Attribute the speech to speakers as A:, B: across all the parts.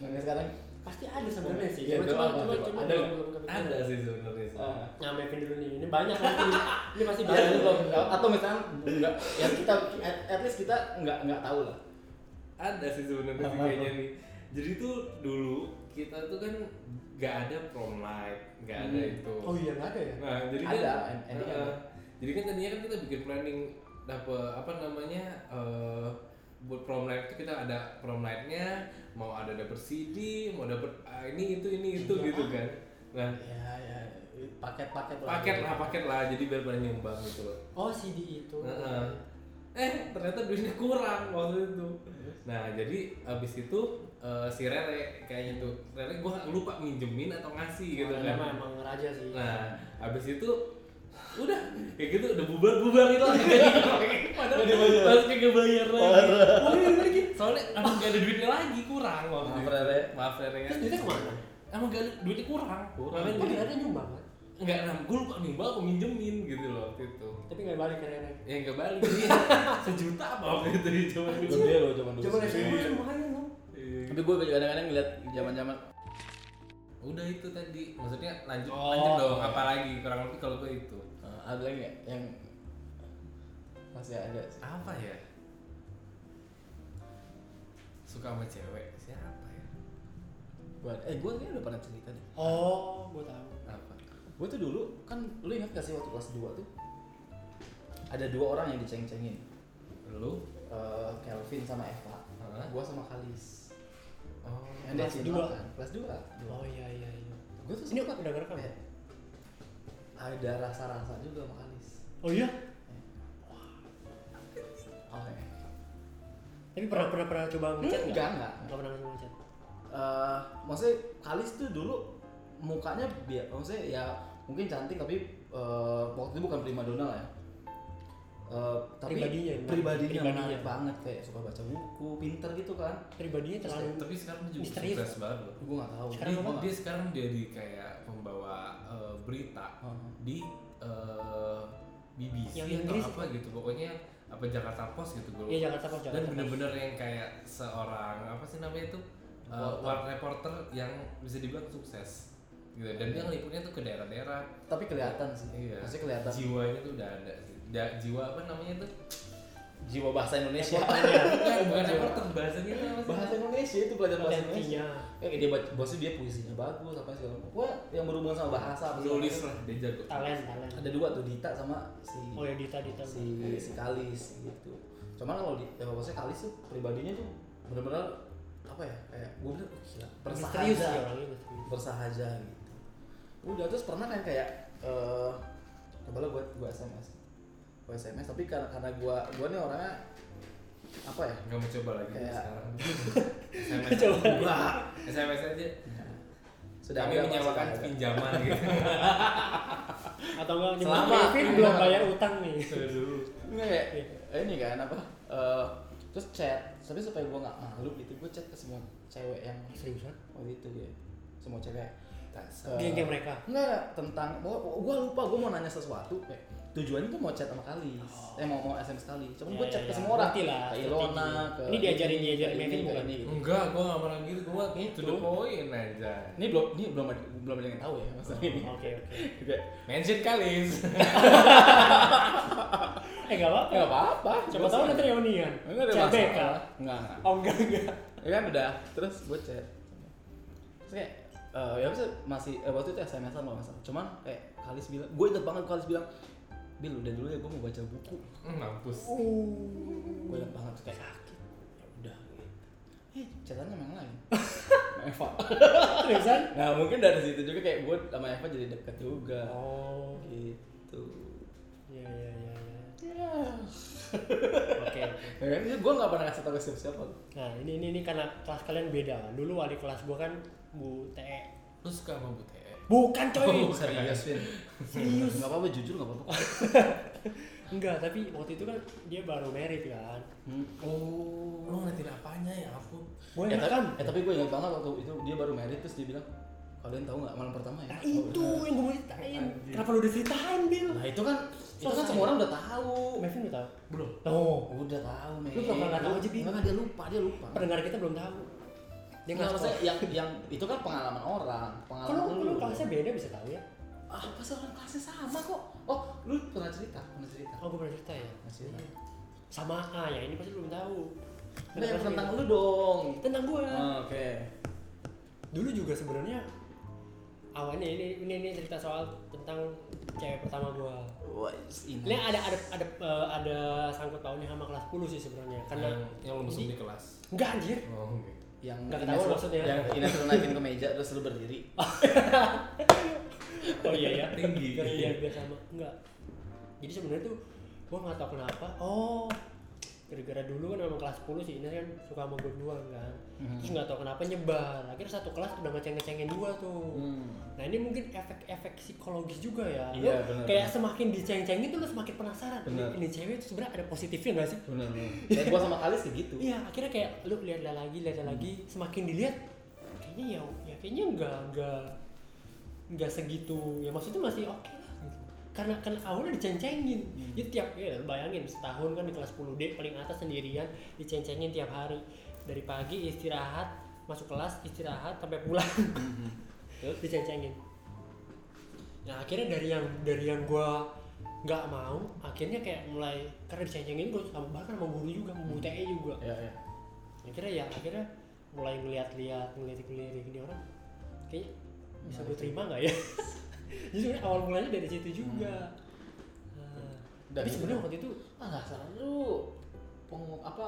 A: Yang sekarang?
B: Pasti ada sebenarnya sih.
A: Iya,
B: Cuma
A: coba,
B: cuma cuma
A: coba.
B: cuma
A: Ada nggak?
B: belum belum kepikiran.
C: ada sih sebenarnya sih.
A: Ah.
B: Nah, Mevin dulu nih. Ini banyak nanti. Ini pasti
A: Iya,
B: banyak.
A: itu belum atau misalnya enggak ya kita at, at least kita enggak enggak tahu lah.
C: ada sih sebenarnya sih
A: Apa-apa?
C: kayaknya nih jadi tuh dulu kita tuh kan nggak ada prom night nggak ada
A: Hmm.
C: itu
B: Oh iya, nggak ada ya?
C: nah jadi
A: Ada,
C: kan
A: end- ending
C: eh,
A: ada.
C: jadi kan tadinya kan kita bikin planning dapet apa namanya eh, buat prom night itu kita ada prom nightnya mau ada dapet CD mau dapet ah, ini itu ini itu
B: Iya,
C: gitu
B: Pak.
C: kan nah
B: Ya, ya. Paket-paket lah.
C: paket lah paket lah jadi biar banyak nyumbang gitu loh
B: Oh, CD itu.
C: Heeh. Eh ternyata duitnya kurang waktu itu. Nah jadi abis itu eh, si Rere kayaknya tuh Rere gue lupa minjemin atau ngasih gitu
B: Gitu
A: Iya,
C: kan.
B: Emang emang raja sih.
C: Nah abis itu udah kayak gitu udah bubar bubar gitu lah padahal harus kayak bayar lagi Wah, bayar lagi soalnya emang gak ada duitnya lagi kurang waktu
A: Maaf,
C: itu.
A: Rere.
C: maaf Rere ya
B: Terus duitnya kemana?
C: emang gak ada duitnya kurang kurang
B: Makanya
C: jadi
B: dia ada nyumbang kan?
C: nggak enam gue lupa nimbal aku minjemin gitu loh waktu itu
B: Tapi nggak balik kayaknya.
C: ya nggak balik Iya. sejuta apa waktu itu dicoba
A: Gede loh zaman dulu.
B: Zaman
A: sih.
B: SMA lumayan loh.
C: Iya.
A: Tapi gue kadang-kadang ngeliat zaman-zaman
C: udah itu tadi maksudnya lanjut
A: Oh.
C: lanjut dong apalagi kurang lebih kalau gue itu
A: eh, ada lagi nggak yang masih ada sih.
C: apa ya suka sama cewek siapa ya
A: Gua, eh gue kayaknya udah pernah cerita deh.
B: Oh, gue tahu.
C: apa
A: Gue tuh dulu kan lu ingat gak sih waktu kelas 2 tuh ada dua orang yang diceng-cengin.
C: lu
A: Eh, Kelvin sama Eva.
C: Hah?
A: Gue sama Kalis.
C: oh
A: Yang
B: Kelas
A: dari
B: dua?
A: Simakan. Kelas 2.
B: Oh iya iya iya.
A: Gue tuh
B: Ini
A: sempat
B: udah ngerekam?
A: kayak ada rasa-rasa juga sama Kalis.
B: Oh iya.
A: Oh, ya.
B: Tapi pernah pernah pernah coba ngechat
A: Enggak, enggak.
B: Enggak pernah coba ngechat.
A: Eh, maksudnya Kalis tuh dulu mukanya biar maksudnya ya mungkin cantik tapi eh, waktu itu bukan primadona lah ya. Eh, tapi
B: Pribadinya, Mbak.
A: pribadinya,
B: Pribadinya.
A: menarik banget kayak suka baca buku, pinter gitu kan.
B: Pribadinya terlalu
C: tapi sekarang dia juga
B: Misterius.
C: sukses banget loh
A: Gue gak tahu.
B: Sekarang
C: dia,
A: Gua
C: dia
A: nggak-
C: sekarang jadi kayak pembawa eh, berita
A: Heeh.
C: di eh, BBC
B: Oh. Yang
C: atau
B: Inggris
C: apa gitu pokoknya apa Jakarta Post gitu gue
B: Iya, Jakarta Post, Jakarta
C: dan
B: Post.
C: bener-bener yang kayak seorang apa sih namanya itu eh, war reporter yang bisa dibilang sukses gitu dan
A: Iya.
C: dia ngeliputnya tuh ke daerah-daerah
A: Tapi kelihatan sih.
C: iya
A: Maksudnya kelihatan.
C: jiwanya tuh udah ada sih Da- jiwa apa namanya tuh
A: Jiwa bahasa Indonesia.
C: bukan bukan reporter bahasanya itu apa sih?
A: bahasa Indonesia itu pelajaran bahasa Indonesia.
B: Tensinya.
A: Kayak dia baca, maksudnya dia puisinya bagus apa segala macam. Wah, yang berhubungan sama bahasa apa segala
C: nulis
A: macam.
C: lah dia jago
B: Talent, talent.
A: Ada dua tuh Dita sama si
B: Oh ya Dita Dita.
A: si, si Kalis gitu. Cuman kalau di ya, maksudnya Kalis tuh pribadinya tuh benar-benar apa ya kayak gue bilang "Oh, gila
B: Misterius ya. sih
A: bersahaja
B: orangnya misterius.
A: bersahaja gitu. Udah terus pernah kan kayak eh coba lo gue gue SMS gue SMS tapi karena karena gue gue nih orangnya apa ya
C: nggak mau coba lagi
A: Kayak-
C: sekarang SMS
B: Coba.
C: Wah, SMS aja
A: sudah
C: kami
A: ya, ada- kan.
C: menyewakan
A: sudah ada.
C: pinjaman gitu
B: Atau enggak nih
A: Selama.
B: Kevin belum bayar utang nih.
A: Nggak kayak eh, ini kan apa? eh, terus chat, tapi supaya gue nggak malu gitu, gue chat ke semua cewek yang
B: Seriusan?
A: waktu itu ya, semua cewek.
C: Tas.
A: Eh,
B: Geng-geng mereka?
A: Nggak, nggak, tentang, gue lupa gue mau nanya sesuatu. Kayak, tujuannya tuh mau chat sama Kalis, eh mau mau SMS kali. Cuman gue
B: Oh. Ya,
A: chat
B: ya,
A: ke
B: ya.
A: semua orang,
B: Ngerti lah,
A: ke
B: ngerti.
A: Ilona, ke
B: Ini diajarin-
A: ke
B: diajarin
A: ini,
B: Mevin
A: ke
B: bukan?
A: Ini, gitu.
C: enggak gua nggak pernah gitu gua
A: Gitu.
C: to the point aja
A: Ini belum, ini belum ada, belum ada yang tahu ya masalah ini.
B: Oh, Oke oke.
A: Kayak,
C: mention kali
B: Eh enggak apa-apa.
A: nggak apa-apa.
B: Coba tahu nanti reunian.
A: Enggak ada
B: Chat BK.
A: masalah. Enggak.
B: Oh enggak enggak.
A: ya kan udah terus gue chat terus kayak eh, ya maksudnya masih eh, waktu itu SMS an masalah cuman kayak Kalis bilang gue inget banget Kalis bilang Bil udah dulu ya gue mau baca buku
C: mampus
A: Uh. gue inget banget terus kayak sakit ya udah gitu. eh catatannya emang lain Sama Eva
B: Seriusan?
A: nah mungkin dari situ juga kayak gue sama Eva jadi deket juga
B: Oh.
A: gitu
B: Iya iya iya. iya.
A: ya
B: Oke. oke.
A: Ya kan gue gak pernah ngasih tau ke siapa-siapa tuh.
B: Nah ini ini ini karena kelas kalian beda. Dulu wali kelas gua kan Bu TE.
C: lu suka sama E? bute
B: Bukan coy.
C: Oh.
A: serius Vin serius gak apa-apa jujur gak apa-apa
B: Enggak, tapi waktu itu kan dia baru married kan.
A: Hmm.
C: oh lu ngeliatin apanya ya aku
B: Gue
A: ya, tapi,
B: kan.
A: ya, tapi gue ingat banget waktu itu dia baru married terus dia bilang kalian tahu nggak malam pertama ya?
B: Nah itu yang gue mau ceritain.
C: Anjir.
B: Kenapa lu udah ceritain, Bil?
A: Nah itu kan itu kan
B: Selesai.
A: semua orang udah tahu.
B: Mevin udah tahu? oh.
C: belum
B: Tuh.
A: Udah tahu, men.
B: Lu pernah nggak tahu aja, Bi?
A: Enggak, dia lupa, dia lupa.
B: Pendengar kita belum tahu. Dia
A: Nggak,
B: nggak
A: maksudnya yang yang itu kan pengalaman orang, pengalaman
B: Kalau
A: lu.
B: lu kelasnya beda bisa tahu ya?
A: Ah, masa orang kelasnya sama kok? Oh, lu pernah cerita, pernah cerita.
B: Oh, gue pernah cerita ya.
A: Pernah cerita.
B: Sama A ya, ini pasti lu belum tahu.
A: Ini yang
B: Kenapa
A: tentang
B: beda?
A: lu dong.
B: Tentang gue.
A: Ah, Oke.
B: Dulu juga sebenarnya awalnya ini, ini ini cerita soal tentang cewek pertama gue.
A: Wah, ini.
B: Ini ada ada ada eh, ada sangkut pautnya sama kelas 10 sih sebenarnya. Karena
C: yang yang lu musuh
B: Di-
C: di kelas
B: enggak anjir.
C: oh oke
A: yang Ines
B: Nggak ketahuan
A: lu-
B: maksudnya.
A: Yang Ines lu naikin ke meja terus lu berdiri.
B: Oh iya ya.
C: Tinggi.
B: Iya biasa sama. Enggak. Jadi sebenarnya tuh gua nggak tahu kenapa. Oh. Gara-gara dulu kan memang kelas 10 sih Ines kan suka sama gue dua kan.
A: Hmm.
B: Terus nggak tahu kenapa nyebar. Akhirnya satu kelas udah ngeceng-ngecengin dua tuh.
A: Hmm.
B: Nah ini mungkin efek-efek psikologis juga ya. Lu
A: Iya, benar,
B: kayak
A: benar.
B: semakin diceng-cengin tuh lu semakin penasaran. Ini,
A: Benar.
B: ini cewek tuh sebenarnya ada positifnya nggak sih?
A: Benar. Dan Eh, gua sama Kalis kayak gitu.
B: Iya, akhirnya kayak lu lihat lagi, lihat lagi, semakin dilihat kayaknya ya, ya kayaknya nggak nggak nggak segitu. Ya maksudnya masih oke lah. gitu. Karena kan awalnya diceng-cengin. Jadi tiap ya lu bayangin setahun kan di kelas 10D paling atas sendirian diceng-cengin tiap hari. Dari pagi istirahat, masuk kelas istirahat sampai pulang
A: Hmm. Terus?
B: diceng-cengin. Nah akhirnya dari yang dari yang gua nggak mau akhirnya kayak mulai karena diceng-cengin gua sama bahkan sama guru juga, sama guru TE juga
A: Iya,
C: Ya,
A: iya.
B: akhirnya ya akhirnya mulai ngeliat-liat ngelirik-ngelirik ini orang kayaknya bisa gue terima nggak ya jadi sebenarnya awal mulanya dari situ juga Nah,
A: Dan
B: tapi
A: itu-
B: sebenarnya waktu itu
A: ah nggak salah lu peng- apa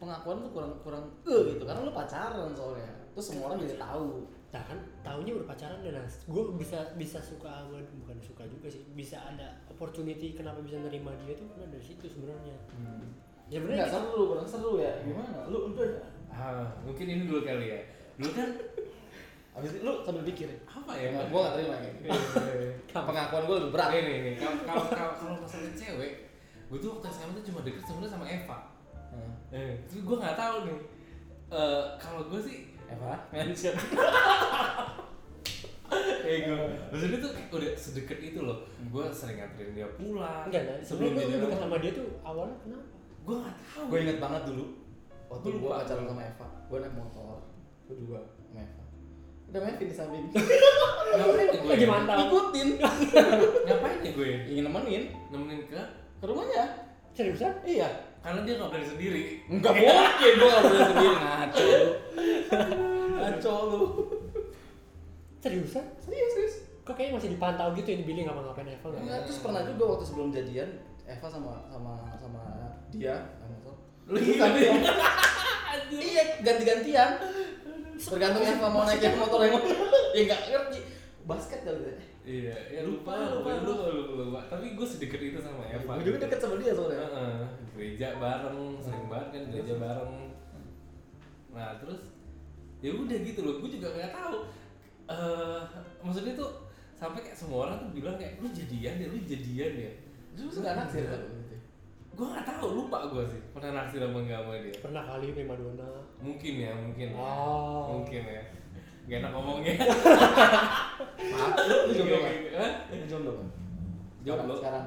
A: pengakuan tuh kurang kurang eh gitu karena lu pacaran soalnya terus semua orang jadi tahu
B: nah kan tahunya udah pacaran dan gue bisa bisa suka sama bukan suka juga sih bisa ada opportunity kenapa bisa nerima dia tuh karena dari situ sebenarnya
C: Hmm.
B: Ya
A: sebenarnya
B: sebenarnya
A: nggak
B: kita-
A: seru kurang seru ya gimana lu udah
C: ah mungkin ini dulu kali ya dulu kan
A: abis itu lu sambil pikir ya
C: apa ya Iya, Eh.
A: nggak
C: Mbak?
A: gua nggak terima kayak gitu. pengakuan gua lebih berat
C: Nih nih nih, kalau kalau kalau- kalau masalah cewek, gue tuh waktu SMA tuh cuma deket sebenarnya sama Eva.
A: Hmm.
C: Eh, tapi gue nggak tahu nih. Eh, kalau gue sih
A: Eva mention
C: ego. Maksudnya tuh kayak udah sedekat itu loh. Gue sering nganterin dia pulang.
B: enggak lah sebelum lu
C: dia di
B: dekat
C: rumah.
B: sama dia tuh awalnya kenapa
C: Gue nggak tahu.
A: gua inget banget dulu waktu
C: Gua
A: gua
C: lupa.
A: pacaran sama Eva gua naik motor berdua sama Eva udah Mevin di samping
C: Ngapain ya gue?
B: lagi mantap
A: ikutin
C: Ngapain ya gue?
A: ingin nemenin
C: Nemenin ke?
A: ke rumahnya
B: seriusan
A: iya
C: Karena dia nggak berani sendiri.
A: Enggak mungkin, gua gak boleh sendiri ngaco lu. Ngaco lu.
B: seriusan
A: Serius, serius.
B: kok kayaknya masih dipantau gitu ya di billing apa ngapain Eva nggak
A: Enggak, terus pernah juga waktu sebelum jadian Eva sama sama sama dia sama tuh.
C: Lu gila
A: Bukan,
C: nih.
A: Iya, ganti-gantian. Tergantung Eva mau naik yang motor yang mana. Ya enggak ngerti. Basket kali ya.
C: Iya, ya lupa,
A: Lupa,
C: lupa,
A: lupa.
C: lupa, lupa, lupa. Tapi gue sedekat itu sama Eva.
A: Gue juga deket sama dia soalnya.
C: Heeh, gereja bareng sering banget
A: Iya,
C: kan gereja bareng nah terus ya udah gitu loh gue juga nggak tahu eh maksudnya tuh sampai kayak semua orang tuh bilang kayak lu jadian ya lu jadian ya
A: Terus lu enggak naksir kan? gitu.
C: gue nggak tahu lupa gue sih pernah naksir sama nggak sama dia
B: pernah kali prima donna
C: mungkin ya mungkin ya.
B: Oh.
C: mungkin ya gak enak ngomongnya Iya,
A: Maaf, lu lu jomblo kan?
C: Hah?
A: Lu jomblo kan?
C: Jomblo.
A: Sekarang- Sekarang.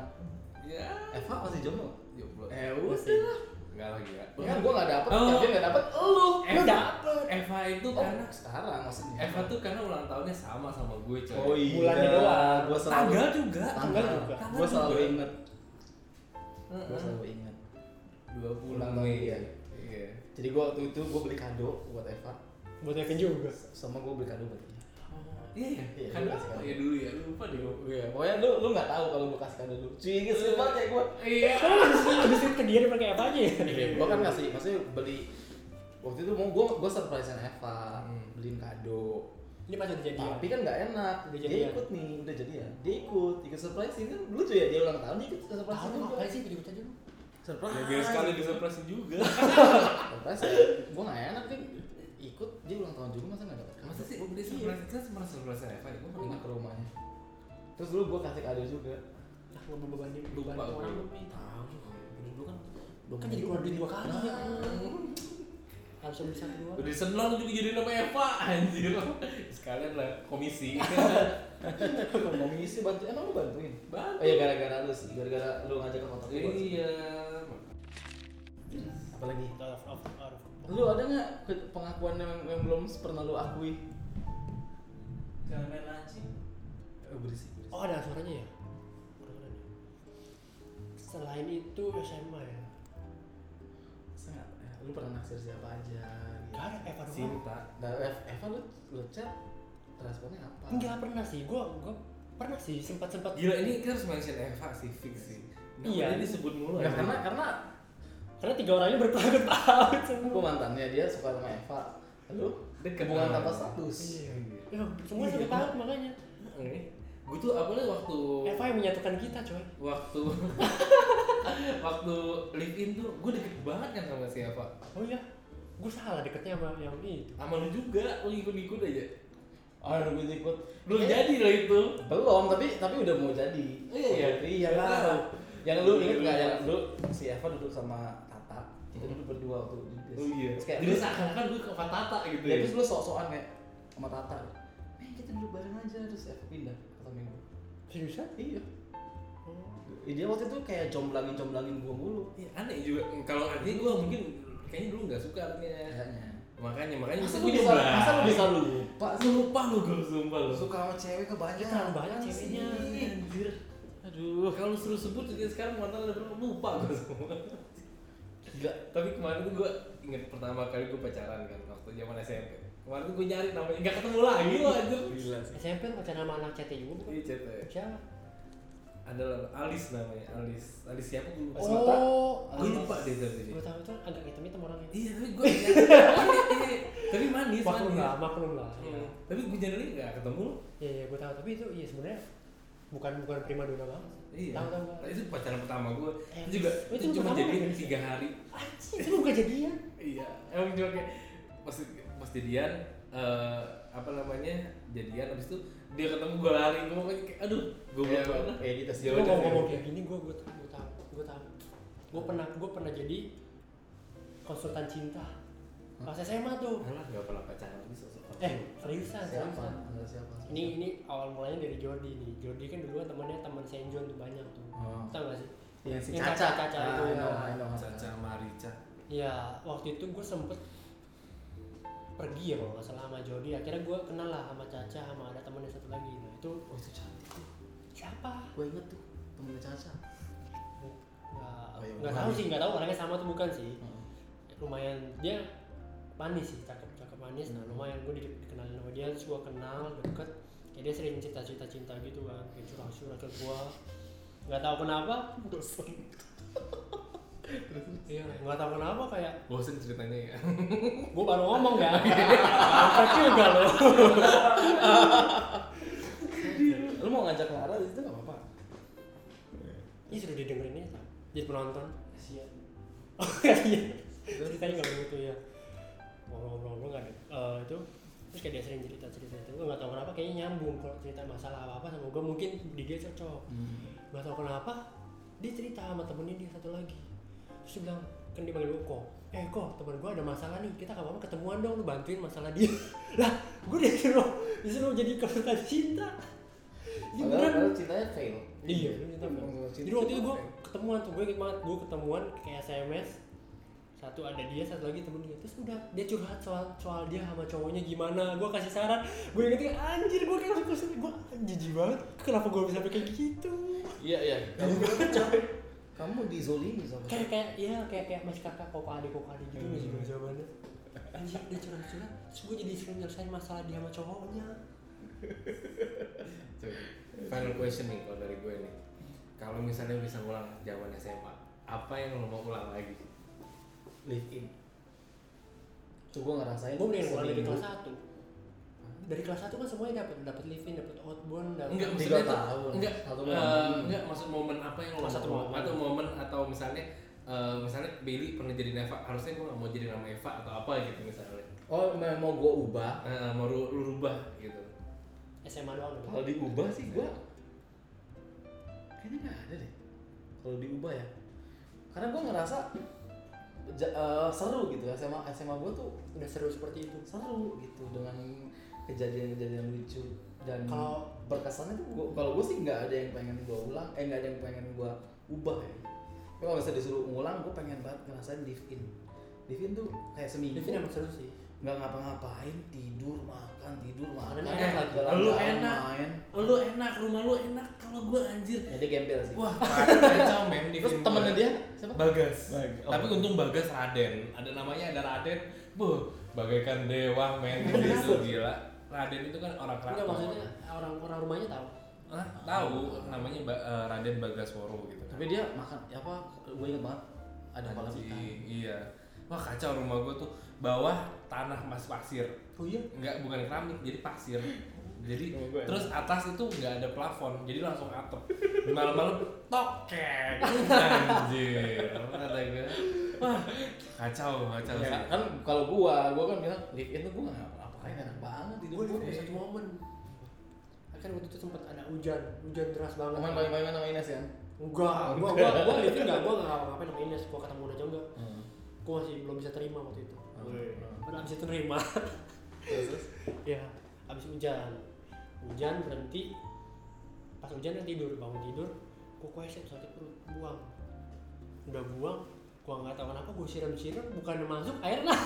C: ya
A: Eva masih jomblo?
C: jomblo
A: Eh, udah lah.
C: Ya nggak lagi ya
A: Ya kan gua gak dapet,
C: Oh.
A: Kevin gak dapet, elu
B: Eh,
C: Eva,
A: dapet
C: Eva itu
A: Oh,
C: karena
A: sekarang maksudnya
C: Eva tuh karena ulang tahunnya sama sama gue coy.
A: Oh iya
B: Bulannya doang.
A: Gua selalu
C: Tanggal juga.
A: Tanggal juga
C: Tanggal
A: Gua selalu
C: juga.
A: inget Gua
C: Heeh.
A: selalu inget
C: Dua
A: Ulang
C: bulan
A: tahun
C: Mei.
A: dia.
C: Iya.
A: Jadi gua waktu itu gua beli kado buat Eva
B: buat Evan juga
A: Sama gua beli kado buat dia
C: Iya ya.
A: Iya,
C: Kan
A: iya,
C: apa
A: sekarang.
C: ya dulu ya lupa deh gue.
A: Iya, pokoknya lu, lu gak tau kalau gua kasih kado dulu Cuy, ini sering banget kayak gua
C: Iya.
B: Kan habis habis itu ke dia dia pakai apa aja ya?
A: Iya, gua kan ngasih, maksudnya beli Waktu itu mau gua, gua surprise-an Eva
C: Hmm. Iya.
A: Beliin kado
B: Ini pas udah jadi. ya?
A: tapi kan nggak enak
B: Udah
A: dia
B: jadian.
A: ikut nih udah jadi ya dia ikut ikut surprise kan lucu ya dia ulang tahun dia ikut surprise
B: Tahu lu
A: juga.
B: ngapain sih ribut aja lu?
A: surprise
C: Ya biar sekali di surprise juga.
A: surprise ya gue nggak enak nih ikut dia ulang tahun juga masa nggak dapat kado?
C: Masa sih
A: Gua
C: beli
A: beli
C: surprise kan cuma surprise Eva ya. Gue
A: gue
C: pernah
A: ke rumahnya terus dulu gue kasih kado juga
B: Nah, lu bebanin
C: lupa
B: bebanin
C: gue.
B: orang.
C: Tahu. Dulu kan
B: Kan jadi keluar duit dua kali.
A: Nah.
B: Harus beli satu dua.
C: udah seneng juga jadi nama Eva anjir. Sekalian lah komisi.
A: komisi Nah, bantu emang lu bantuin
C: Bantu.
A: oh iya gara-gara lu sih
B: Iya.
C: ya,
A: gara-gara lu ngajak ke kotak gue
C: Iya.
A: apalagi
B: Out of out of out of
A: lu ada nggak ke- pengakuan yang, yang belum pernah lu akui
D: jangan main lancing
C: Eh, berisik berisik
B: Oh ada suaranya ya? Mudah-mudahan ya. Selain itu SMA ya?
A: Saya nggak- ya, lu pernah naksir siapa aja gitu.
B: Gak Kan, ada Eva doang.
C: cinta
A: dan Ev- Eva lu lu chat responnya apa
B: Enggak pernah sih, gue gua pernah sih sempat sempat.
C: gila ini kita harus mention Eva sih fix sih Nah,
B: Iya.
C: ini disebut mulu
A: Nggak,
C: aja.
A: Ya, karena karena
B: Karena tiga orang ini bertahun-tahun
A: aku
B: semua.
A: mantannya dia suka sama Eva lu
C: Dekat
A: hubungan
C: banget.
A: tanpa status
C: Iya.
B: Ya, semua
C: Iya.
B: satu tahun makanya.
A: Iya.
C: Ini gue tuh awalnya waktu
B: Eva yang menyatukan kita coy.
C: waktu waktu live in tuh gue deket banget kan sama si Eva
B: Oh iya, gue salah deketnya sama yang itu.
C: sama lu juga lu ikut-ikut aja
A: oh gue ikut
C: belum
A: Iya.
C: jadi loh itu
A: belum tapi tapi udah mau jadi
C: Iya, iya.
A: iya
C: Iya.
A: lah yang lu inget nggak
C: Iya.
A: yang lu si Eva duduk sama Tata kita duduk berdua waktu di des.
C: oh iya
A: terus kayak
C: jadi seakan-akan gue ke Fatata gitu
A: ya,
C: ya
A: terus lu sok-sokan kayak sama Tata eh kita duduk bareng aja terus Eva pindah atau minggu
C: ya?
B: Seriusan?
A: iya
B: Oh.
A: Eh, dia waktu itu kayak jomblangin jomblangin gua mulu
C: Iya, aneh juga kalau artinya gue mungkin kayaknya dulu nggak suka artinya
A: kayaknya
C: makanya makanya
A: Iya. masa lu
C: gue
A: bisa
C: nyoba.
A: masa lu bisa lupa
C: Pak,
A: sih
C: lupa lu gue sumpah lu
A: suka sama cewek kebanyakan
B: Terlalu banyak ceweknya.
A: sih.
C: Anjir. Aduh, kalau lu suruh sebut juga sekarang mantan ada berapa lupa gue semua.
A: Gila.
C: Tapi kemarin tuh gue inget pertama kali gue pacaran kan waktu zaman SMP. Kemarin tuh gue nyari namanya nggak ketemu lagi lo anjir.
A: gila sih
B: SMP pacaran sama anak CT juga bukan?
C: Iya cete.
B: Siapa?
C: Ada lah, Alis namanya, Alis. Alis siapa gue lupa.
A: Pas mata,
B: Oh,
C: gue lupa deh tapi dia.
B: Gue tahu itu agak hitam-hitam orangnya.
C: Iya tapi gue Iya, tapi manis
B: Maklum
C: manis.
B: lah, maklum lah.
C: Hmm. Tapi gue nyari nggak ketemu.
B: Iya, iya, gue tahu. Tapi itu iya sebenarnya bukan bukan prima dona banget.
C: Iya.
B: Tahu tahu.
C: Nah, itu pacaran pertama gue.
B: Eh,
C: Itu juga
B: itu
C: itu cuma
B: pertama
C: jadi
B: kan?
C: tiga hari.
B: Anjing, itu bukan jadian.
C: Iya, emang cuma kayak pas pas jadian eh, apa namanya jadian habis itu dia ketemu gue lari gue pokoknya kayak aduh gue
A: Iya,
C: belum pernah
A: kayak gitu sih.
C: Ya
B: Gue
C: udah,
B: mau ngomong
C: ya.
B: kayak gini, gue gue gue tahu, gue tahu. Gue pernah gue pernah jadi konsultan cinta. Pas SMA tuh.
C: Alah, nggak pernah pacaran lagi sosok
B: Eh, seriusan,
A: siapa
B: seriusan.
A: Ada siapa
B: Ini ini awal mulanya dari Jordi nih. Jordi kan dulu temannya teman Saint John tuh banyak tuh.
A: Oh.
B: Tahu gak sih?
A: yang si
B: Yang
A: Caca
B: Caca, Caca itu.
A: Ah, I know, I know.
C: Caca Marica
B: Iya, waktu itu gue sempet pergi ya kalau nggak salah sama Jody. Akhirnya gue kenal lah sama Caca sama ada temennya satu lagi. Nah itu
A: oh itu cantik
B: siapa?
A: gue inget tuh temennya Caca
B: Nggak-
A: Oh, iya, bukan.
B: Nggak tahu sih, nggak tahu orangnya sama atau bukan
A: Hmm.
B: sih. Lumayan dia manis sih, cakep cakep manis. Nah lumayan gue dikenalin sama dia, terus gue kenal deket. Kayak dia sering cerita-cerita cinta gitu kan, kayak curhat-curhat ke gue. Nggak tahu kenapa, iya, nggak tahu kenapa kayak
C: bosen ceritanya ya
B: gue baru ngomong ya apa juga lo
A: lu mau ngajak Lara di situ nggak Hmm. apa-apa
B: ini sudah didengerin ya jadi penonton kasihan oh kasihan ceritanya nggak begitu ya ngobrol-ngobrol nggak ada Eh, itu terus kayak dia sering cerita cerita itu gue nggak tahu kenapa kayaknya nyambung kalau cerita masalah apa apa sama gue mungkin di dia cocok
A: Hmm.
B: nggak tahu kenapa dia cerita sama temennya dia satu lagi terus dia bilang kan dia panggil gue kok eh kok temen gue ada masalah nih kita kapan ketemuan dong lu bantuin masalah dia lah gue disuruh disuruh jadi konsultan cinta
A: padahal
B: Ini beneran.
A: padahal cintanya fail
B: Iya, lu minta
A: Emang
B: maaf.
A: gua cinta-
B: Jadi waktu itu
A: cinta
B: gue
A: fail.
B: ketemuan tuh, gue inget banget gue ketemuan kayak SMS satu ada dia, satu lagi temen dia terus udah dia curhat soal soal dia sama cowoknya gimana gue kasih saran gue inget kayak anjir gue kayak langsung gue jijik banget kenapa gue bisa sampai kayak gitu
A: iya iya kamu kenapa, kamu dizolimi sama
B: kayak kayak ya kayak kayak masih kakak kakak adik kakak adik gitu nggak sih jawabannya anjir dia curhat curhat terus gue jadi sering nyelesain masalah dia sama cowoknya
C: Coba, final question nih kalau dari gue nih kalau misalnya bisa ulang zaman SMA apa yang lo mau ulang lagi
A: live in tuh gue ngerasain
B: gue mendingan mulai dari
A: seminggu.
B: kelas satu dari kelas satu kan semuanya dapat dapat living dapat outbound dapat
C: Enggak,
A: Tiga
C: maksudnya tuh,
A: tahun.
C: enggak,
A: Satu
C: eh,
A: momen.
C: enggak maksud momen apa yang lo
B: Satu
C: mau
B: momen.
C: atau momen atau misalnya eh, misalnya Billy pernah jadi Neva, harusnya gue gak mau jadi nama Eva atau apa gitu misalnya.
A: oh mau- mau gue ubah
C: Eh, mau lu, lu rubah gitu.
B: SMA doang gitu.
A: kalau diubah sih gue kayaknya nggak ada deh kalau diubah ya karena gue ngerasa ja- eh, seru gitu SMA SMA gue tuh
B: udah seru seperti itu
A: seru gitu dengan kejadian-kejadian lucu dan
B: Kalau-
A: berkesannya tuh gua- kalau gue sih nggak ada yang pengen gue ulang eh nggak ada yang pengen gue ubah ya Tapi kalau bisa disuruh ngulang gue pengen banget ngerasain live in Devin tuh kayak seminggu
B: Devin emang seru sih
A: nggak ngapa-ngapain tidur makan tidur makan
B: Makanannya enak lagi.
A: jalan-jalan,
C: Lu enak.
A: main
C: Oh, lu enak rumah lu enak kalau gua anjir
A: ya dia gembel sih
C: wah kacau men di
A: terus
C: film
A: temennya
C: gua.
A: dia siapa
C: Bagas.
A: Bag- oh.
C: Tapi untung Bagas Raden. Ada namanya ada Raden. Buh, bagaikan dewa men di situ gila. Raden itu kan orang keraton.
B: enggak Iya, maksudnya orang-orang rumahnya tahu
C: Hah? tahu namanya Ba- eh, Raden Bagasworo gitu.
A: tapi dia makan ya apa gue inget banget ada kepala
C: Anjing,
A: ikan
C: Iya. Wah kacau rumah gua tuh bawah tanah mas pasir.
B: oh iya
C: Enggak bukan keramik, jadi pasir. Jadi
A: Rumah gua enak.
C: terus atas itu nggak ada plafon, jadi langsung atap. Malam-malam tokek. Anjir. Kata gua. Wah, kacau, kacau
A: Ya,
C: sih.
A: kan kalau gua gua kan bilang live in tuh gua nggak ngapain enak banget tidur
B: gue
A: gua
B: lupa Gitu. satu momen kan waktu itu sempat ada hujan hujan deras banget
A: main main main sama Ines kan
B: enggak gua gua gua lihat enggak gua enggak ngapain sama Ines gua ketemu aja enggak gua masih belum bisa terima waktu itu padahal abis itu terima
A: terus
B: ya abis hujan hujan berhenti pas hujan kan tidur bangun tidur gua ke WC sakit perut buang udah buang gua nggak tahu kenapa gua siram siram bukan masuk air lah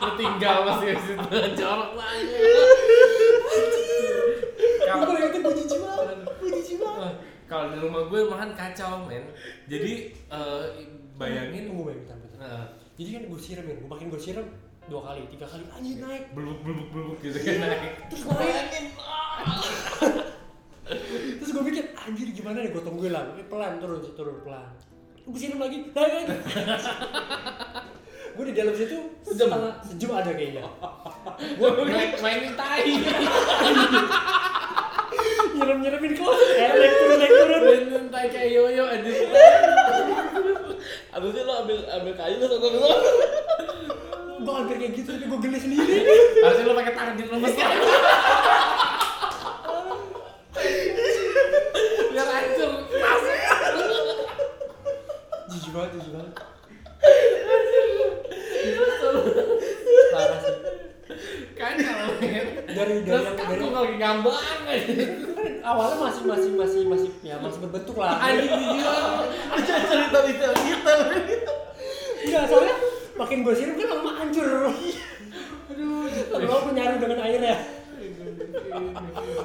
C: Iya, Tinggal masih di situ jorok banget.
B: gua itu gua jijik banget gua jijik banget
C: Wah, Kalau di rumah gue mahan kacau men. Jadi eh, bayangin
B: tunggu bayangin bentar, bentar.
C: eh,
B: jadi kan gue siram ya gue makin gue siram dua kali tiga kali anjir naik
C: beluk beluk beluk gitu kan naik.
B: terus gue bayangin ah. terus gue mikir anjir gimana nih gue tungguin lah Ini pelan turun turun pelan gue siram lagi naik lagi gue di dalam situ
A: Sejam.
B: setengah- sejam ada kayaknya
A: gua main mainin tai
B: nyiram nyiramin kok eh, naik turun naik turun
C: Mainin tai kayak gitu. yoyo aja.
A: abis itu lo ambil ambil kayu terus gua gua
B: gue hampir kayak gitu tapi gue geli sendiri
C: Harusnya lo pakai tangan lemes kan. Biar hancur.
B: jijik banget jijik banget parah sih
C: Kacau men.
B: dari dari
C: Terus
B: yang dari
C: kaku lagi ngambang aja.
B: awalnya masih masih masih masih ya masih berbentuk lah
C: Anjing gila.
A: aja cerita detail kita
B: enggak Iya, soalnya makin gue siram kan lama hancur aduh lama gue nyaru dengan airnya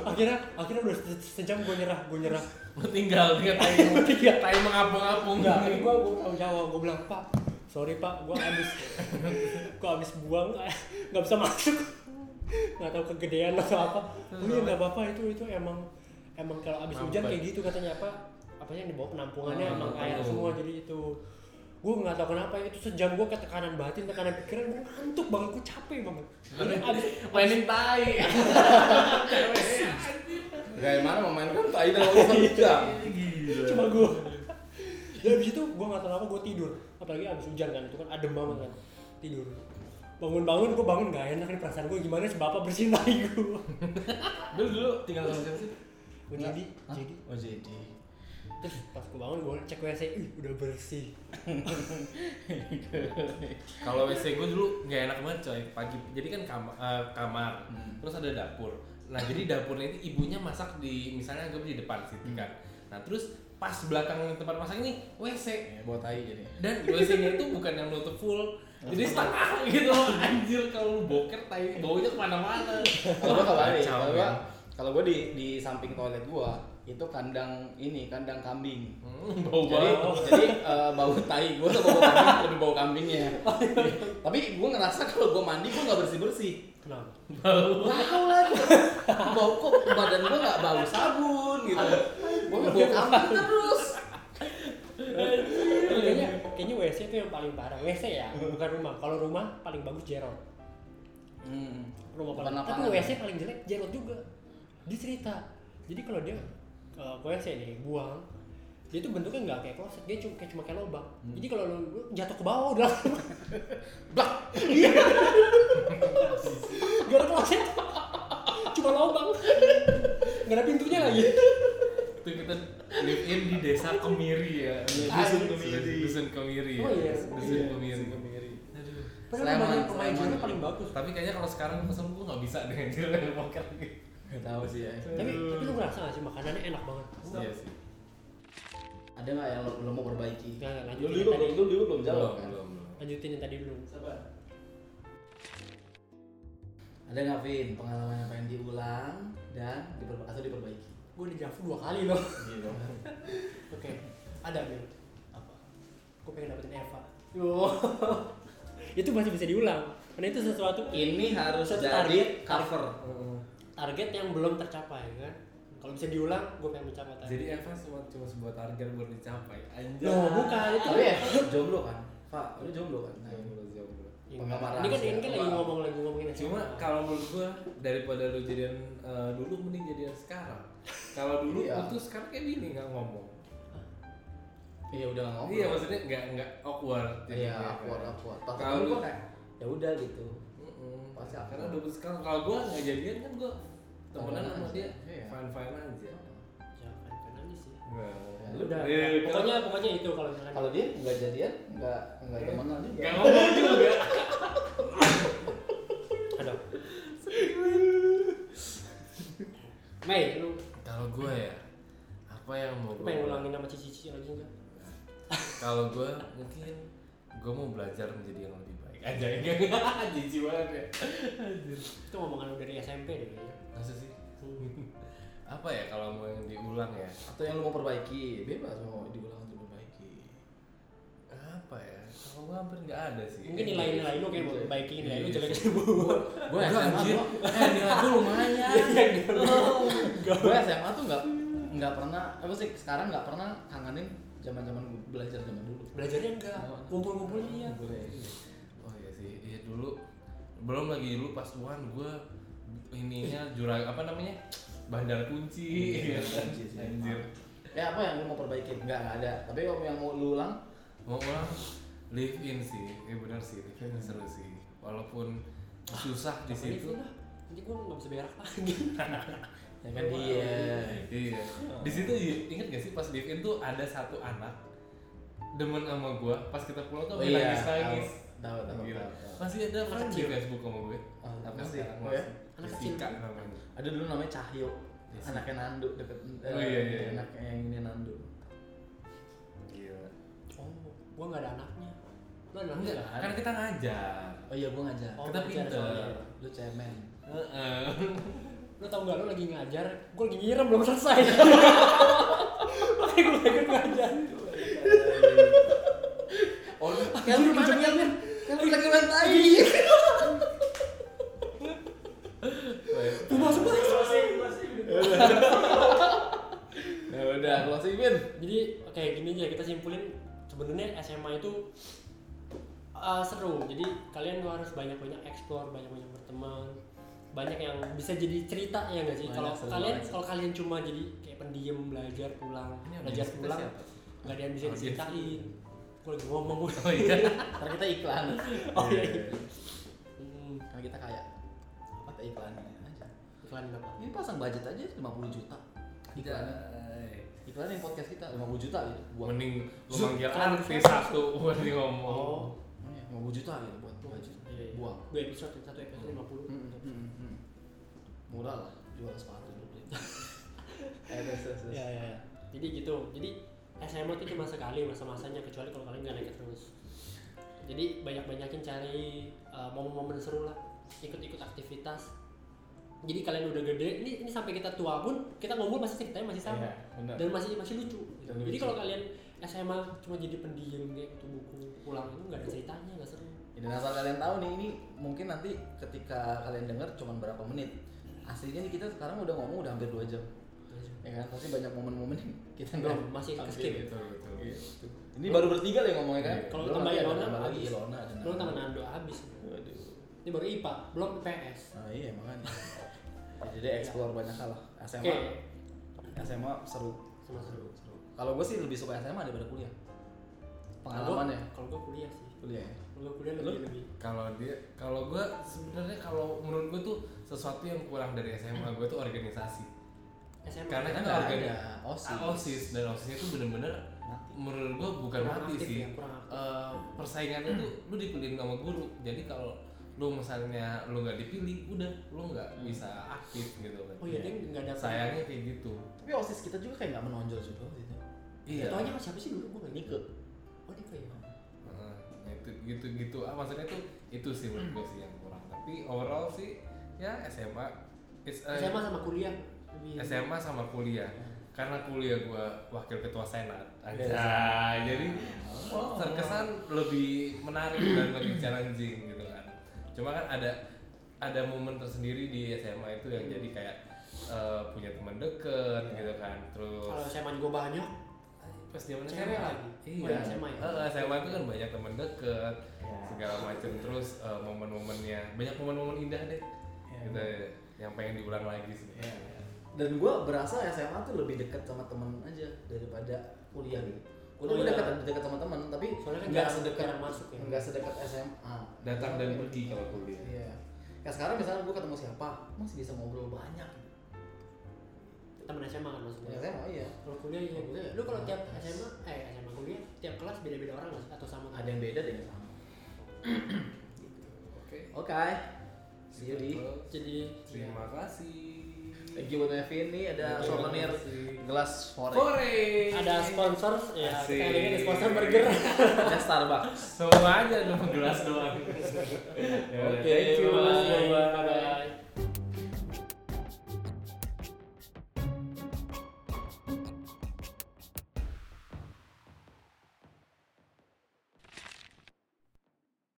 B: akhirnya akhirnya udah se- sejam gue nyerah gue nyerah
C: Lo tinggal dengan tai.
B: Tinggal.
C: Tai mengapung-apung.
B: Iya. enggak tapi gue gue tanggung jawab gue bilang pak sorry pak gue habis gue habis buang nggak bisa masuk nggak tahu kegedean atau apa oh iya nggak apa-apa itu itu emang emang kalau habis hujan kayak gitu katanya apa apanya yang dibawa penampungannya
C: Oh,
B: emang air
C: oh.
B: semua jadi itu gue nggak tahu kenapa itu sejam gue ketekanan batin tekanan pikiran gue ngantuk banget gue capek banget Ini abis
C: Mainin tai.
A: kayak mana memainkan tai dalam urusan kita
B: cuma gue dan abis itu gue nggak tahu kenapa gue tidur apalagi abis hujan kan itu kan adem banget kan tidur bangun-bangun gue bangun nggak enak nih perasaan gue gimana si bapak bersihin lagi gue
C: Dulu dulu tinggal sama siapa sih?
B: Gua jadi jadi
A: oh jadi
B: terus pas gue bangun gue cek WC ih udah bersih
C: Kalau WC gue dulu nggak enak banget coy pagi. Jadi kan kamar, kamar,
A: Hmm.
C: terus ada dapur. Nah jadi dapurnya itu ibunya masak di misalnya gue di depan situ
A: Hmm.
C: kan. Nah terus pas belakang tempat masak ini WC
A: ya, bawa tai jadi
C: dan WC-nya itu bukan yang nutup full. Jadi setengah gitu loh. anjir kalau lu boker tai baunya kemana-mana.
A: kalau gua kalau ini
C: Kacau,
A: kalau gua
C: men.
A: kalau gua di di samping toilet gua itu kandang ini kandang kambing
C: Hmm, bau
A: jadi
C: banget.
A: jadi eh, bau tai gue sama bau kambing lebih bau kambingnya Iya. tapi gue ngerasa kalau gue mandi gue nggak bersih bersih
B: kenapa
A: nggak tahu lah gua. bau kok badan gue nggak bau sabun gitu gue bau kambing terus
B: kayaknya kayaknya WC itu yang paling parah WC ya bukan rumah kalau rumah paling bagus Jerot
A: hmm.
B: rumah
A: Bukan
B: paling tapi
A: lapangan. ya?
B: WC paling jelek Jerot juga dia cerita jadi kalau dia uh, ke WC nih buang dia tuh bentuknya nggak kayak kloset dia cuma kayak cuma kayak lobang jadi kalau lu lu jatuh ke bawah udah
A: Hmm. blak
B: gak ada kloset cuma lobang gak ada pintunya lagi
C: Itu kita live in di desa Kemiri ya.
A: Iya, Dusun
C: Kemiri. Dusun Kemiri. ya.
B: Oh, iya.
C: Dusun
A: Iya,
C: Kemiri. Aduh.
B: padahal
A: Sleman,
B: pemain pemain
A: Sleman.
B: Jerot paling bagus
C: Tapi kayaknya kalau sekarang pesen gue nggak bisa deh anjir kayak poker gitu.
A: nggak tahu sih ya
B: tapi tapi lu ngerasa gak sih makanannya enak banget
C: Iya sih.
A: ada nggak yang lo, lo mau perbaiki
B: Nggak, nggak, lanjutin
A: Lu dulu
B: tadi.
A: belum lu dulu belum jawab
C: Belum,
A: kan
C: belum, belum.
B: lanjutin yang tadi dulu
D: Sabar.
A: Ada nggak Vin pengalaman yang pengen diulang dan diperba atau diperbaiki?
B: gue udah javu dua kali loh
A: Iya
C: Gitu.
B: oke ada nih apa gue pengen dapetin Eva yo itu masih bisa diulang karena itu sesuatu
A: Ini harus
B: Satu
A: jadi
B: target.
A: cover.
B: target yang belum tercapai kan kalau bisa diulang gue pengen mencapai target
C: Jadi Eva cuma cuma sebuah target buat dicapai. Anjir.
B: Loh, bukan itu
A: Tapi ya Nah. jomblo kan? Pak, lu jomblo kan? Nah,
C: Jomblo, jomblo.
B: Ya,
A: Pengamaran
B: ini kan ini kan
A: sih.
B: lagi ngomong lagi ngomongin
C: Cuma
B: SMA.
C: kalau menurut gua daripada lu jadian eh, dulu mending jadian sekarang. Kalau dulu
A: Iya.
C: putus sekarang kayak gini nggak ngomong.
A: Iya udah nggak
C: Iya
A: ngobrol.
C: maksudnya nggak nggak awkward.
A: Iya,
C: jadinya, kan.
A: awkward, awkward. Pas
C: Kalau
A: ketemu
C: lu-
A: gua kayak ya udah gitu.
C: Mm-mm.
A: Pasti awkward.
C: Karena udah putus sekarang. Kalau gua nggak jadian kan gua temenan
A: Temenan
C: sama
A: aja.
C: dia
A: Iya.
C: fine fine aja.
B: Ya, fan-fan aja sih.
A: Ya,
C: Nggak.
A: lu
B: Udah,
C: Iya, iya,
B: pokoknya pokoknya itu kalau misalkan
A: Kalau dia nggak jadian, nggak nggak temenan juga.
C: nggak ngomong juga.
B: ada. Mei, lu
C: Kalau gua ya apa yang mau
B: lu
C: gua
B: pengen ngulangin nama cici-cici lagi enggak?
C: kalau gue mungkin gue mau belajar menjadi yang lebih baik aja enggak jijik banget ya
B: Itu ngomongan lu dari SMP deh kayaknya.
C: masa sih
B: Hmm.
C: apa ya kalau mau yang diulang ya
A: Atau yang lu mau perbaiki, bebas mau diulang atau diperbaiki.
C: apa ya kalau gue hampir nggak ada sih Iya
B: Mungkin nilai-nilai lu kayak mau perbaiki nilai lu jelek bu.
A: Gue
C: Enggak,
A: SMA
C: anjir.
A: tuh, eh nilai gue
B: Iya,
A: lumayan.
C: Oh.
A: gue SMA tuh nggak nggak pernah, apa sih sekarang nggak pernah kangenin zaman-zaman gua belajar zaman dulu.
B: Belajarnya enggak, kumpul-kumpulnya iya.
C: oh iya sih iya dulu belum lagi dulu pas tuan gue ininya jurang apa namanya bandar kunci
A: Iya, kunci sih.
C: anjir
A: Ya apa yang lu mau perbaiki? Nggak nggak ada. Tapi kalau yang mau lu ulang,
C: mau ulang live in sih ya benar sih live in seru sih walaupun susah di situ
B: Nanti gua enggak bisa berak lagi.
A: ya kan dia.
C: iya di situ i- ingat gak sih pas live in tuh ada satu anak demen sama gua pas kita pulang
A: Oh
C: tuh sampai
A: iya,
C: nangis nangis
A: tahu tahu
C: Gila.
A: tahu, Kan tahu.
C: masih ada
B: Anak
C: friend di
B: kecil.
C: Facebook sama gue
A: Oh,
C: tapi
A: masih?
C: sekarang
A: Oh ya?
C: masih
B: Anak
C: Jessica
B: kecil.
C: namanya
A: Ada dulu namanya Cahyo.
C: Yes.
A: Anaknya Nando deket eh,
C: Oh, iya, iya.
A: anaknya yang ini Nando. Iya.
C: Gila.
B: Oh, gua enggak ada anaknya. Lu ada anaknya
C: enggak
B: enggak?
C: kan kita ngajar
A: Oh iya, gua ngajak.
B: Oh,
C: kita
B: ngajar
C: pinter
B: soalnya.
A: Lu cemen.
C: Heeh.
B: Lo tau gak lo lagi ngajar, gue lagi nyiram belum selesai Makanya gue lagi ngajar
A: Oh, kan lu mana kan? Kan lu lagi main tai.
C: Iya.
B: Gue masuk masuk
D: Masih, masih.
A: Ya udah, closing Vin.
B: Jadi kayak gini aja kita simpulin sebenarnya SMA itu uh, seru Jadi kalian tuh harus banyak-banyak explore, banyak-banyak berteman banyak yang bisa jadi cerita ya nggak sih
A: Banyak
B: kalau
A: seru
B: kalian
A: banget.
B: kalau kalian cuma jadi kayak pendiam belajar pulang
C: Ini
B: belajar
C: audiens kita
B: pulang
C: siapa?
B: nggak ada yang bisa
C: Audiens.
B: diceritain gue lagi ngomong gue
C: oh iya
A: Ntar kita iklan.
B: oh iya Hmm,
A: Kan kita kaya. Kita iklan aja.
B: iklan berapa
A: Ini pasang budget aja 50 juta. Iklan. Iklanin podcast kita 50 juta gitu buat.
C: mending lu
A: Zoom.
C: manggil artis satu buat dia ngomong
B: oh
A: Oh, iya, 50 juta gitu buat
B: Iya,
A: budget.
C: Iya,
A: Buang.
B: Dua episode, satu episode lima puluh.
A: Mm, mm, mm, mm. Murah lah jual sepatu dulu. Eh, terus, terus, terus.
B: Ya ya. ya. Jadi gitu. Jadi SMA itu cuma sekali masa-masanya kecuali kalau kalian nggak naik terus. Jadi banyak-banyakin cari uh, momen-momen seru lah. Ikut-ikut aktivitas. Jadi kalian udah gede, ini, ini sampai kita tua pun kita ngumpul masih ceritanya masih sama
C: Iya, benar.
B: dan masih masih lucu. gitu.
A: Dan
B: Jadi
A: lucu.
B: kalau kalian SMA cuma jadi pendiam kayak gitu buku pulang itu nggak ada ceritanya nggak seru.
A: Ya, Dan asal kalian tahu nih ini mungkin nanti ketika kalian dengar cuman berapa menit. Aslinya sih kita sekarang udah ngomong udah hampir 2 jam. Ya kan pasti banyak momen-momen yang kita
B: Belum,
A: nggak
B: masih
A: tampilin.
B: skip.
C: betul betul
A: Gitu. Ini baru bertiga lah yang ngomongnya kan.
C: Iya.
B: Kalau
A: Belum
B: tambah
A: nanti ada
B: Ilona
A: tambah lagi
B: habis.
A: Ilona ada
B: Belum tangan
A: Nando.
B: Nando habis.
A: Waduh.
B: Ini baru IPA, belum PS.
A: Nah, iya makanya. Jadi dia explore banyak hal lah. SMA.
B: Oke.
A: SMA seru.
B: Sama seru.
A: Kalau gue sih lebih suka SMA daripada kuliah. Pengalamannya
B: Kalau gue kuliah sih.
A: kuliah. ya?
B: Kalau gue kuliah
A: Lu?
B: lebih lebih.
C: kalau dia kalau gue sebenarnya kalau menurut gue tuh sesuatu yang kurang dari SMA gue tuh organisasi
B: SMA.
C: karena kan
A: Nggak
C: organi
A: ada, OSIS.
C: Ah, osis dan osisnya tuh bener-bener
A: Mati.
C: menurut gue bukan
B: Kurang
C: mati
B: aktif
C: sih
B: ya, kurang aktif.
C: Eh, persaingannya tuh lu dipilihin sama guru jadi kalau lu misalnya lu nggak dipilih udah lu nggak bisa aktif gitu kan
B: Hmm. Oh iya, dia nggak ada.
C: sayangnya kayak gitu
A: Tapi osis kita juga kayak nggak menonjol juga gitu.
B: Iya.
C: iya
B: Tuanya siapa sih dulu gue nggak
A: Nike.
B: Oh Nike ya.
C: Heeh, nah, itu gitu gitu gitu ah maksudnya tuh itu sih menurut gue sih yang kurang tapi overall sih ya SMA it's a- eh,
B: SMA sama kuliah lebih
C: SMA sama kuliah karena kuliah gua wakil ketua senat aja jadi terkesan lebih menarik dan lebih challenging gitu kan cuma kan ada ada momen tersendiri di SMA itu yang jadi kayak eh, punya teman deket gitu kan
B: kalau
C: terus
B: SMA juga banyak
C: pas zaman
B: Cewek
C: SMA
B: lagi? Oh,
C: iya
B: yang SMA ya?
C: Eh, SMA itu kan banyak teman deket segala macam terus eh, momen-momennya banyak momen-momen indah deh gitu yang pengen diulang lagi sih
A: dan gue berasa SMA tuh lebih dekat sama temen aja daripada kuliah gitu kuliah gue
B: Oh, iya.
A: dekat dekat sama teman tapi
B: Soalnya kan
A: nggak
B: jarang-
A: sedekat
B: jarang masuk ya.
A: nggak sedekat SMA
C: datang dan pergi kalau kuliah
A: iya kayak sekarang misalnya gue ketemu siapa masih bisa ngobrol banyak
B: teman SMA kan
A: ya
B: maksudnya
A: SMA iya
B: kalau kuliah ya
A: Kalau kuliah.
B: lu kalau tiap SMA eh SMA kuliah tiap kelas beda-beda orang nggak sih? atau sama
A: ada yang beda deh sama
C: oke
A: oke see you di
B: jadi ya.
C: Terima kasih.
A: thank you buat Nevin nih ada
C: Terima
A: souvenir
C: kasih.
A: gelas forek
C: Kore.
B: ada sponsor ya
C: Asik.
B: kali ini ada sponsor burger
A: ada Starbucks
C: Semua aja nomor gelas doang. Ya
A: Oke,
C: udah, thank you.
A: terima kasih.
C: Bye-bye.
B: bye bye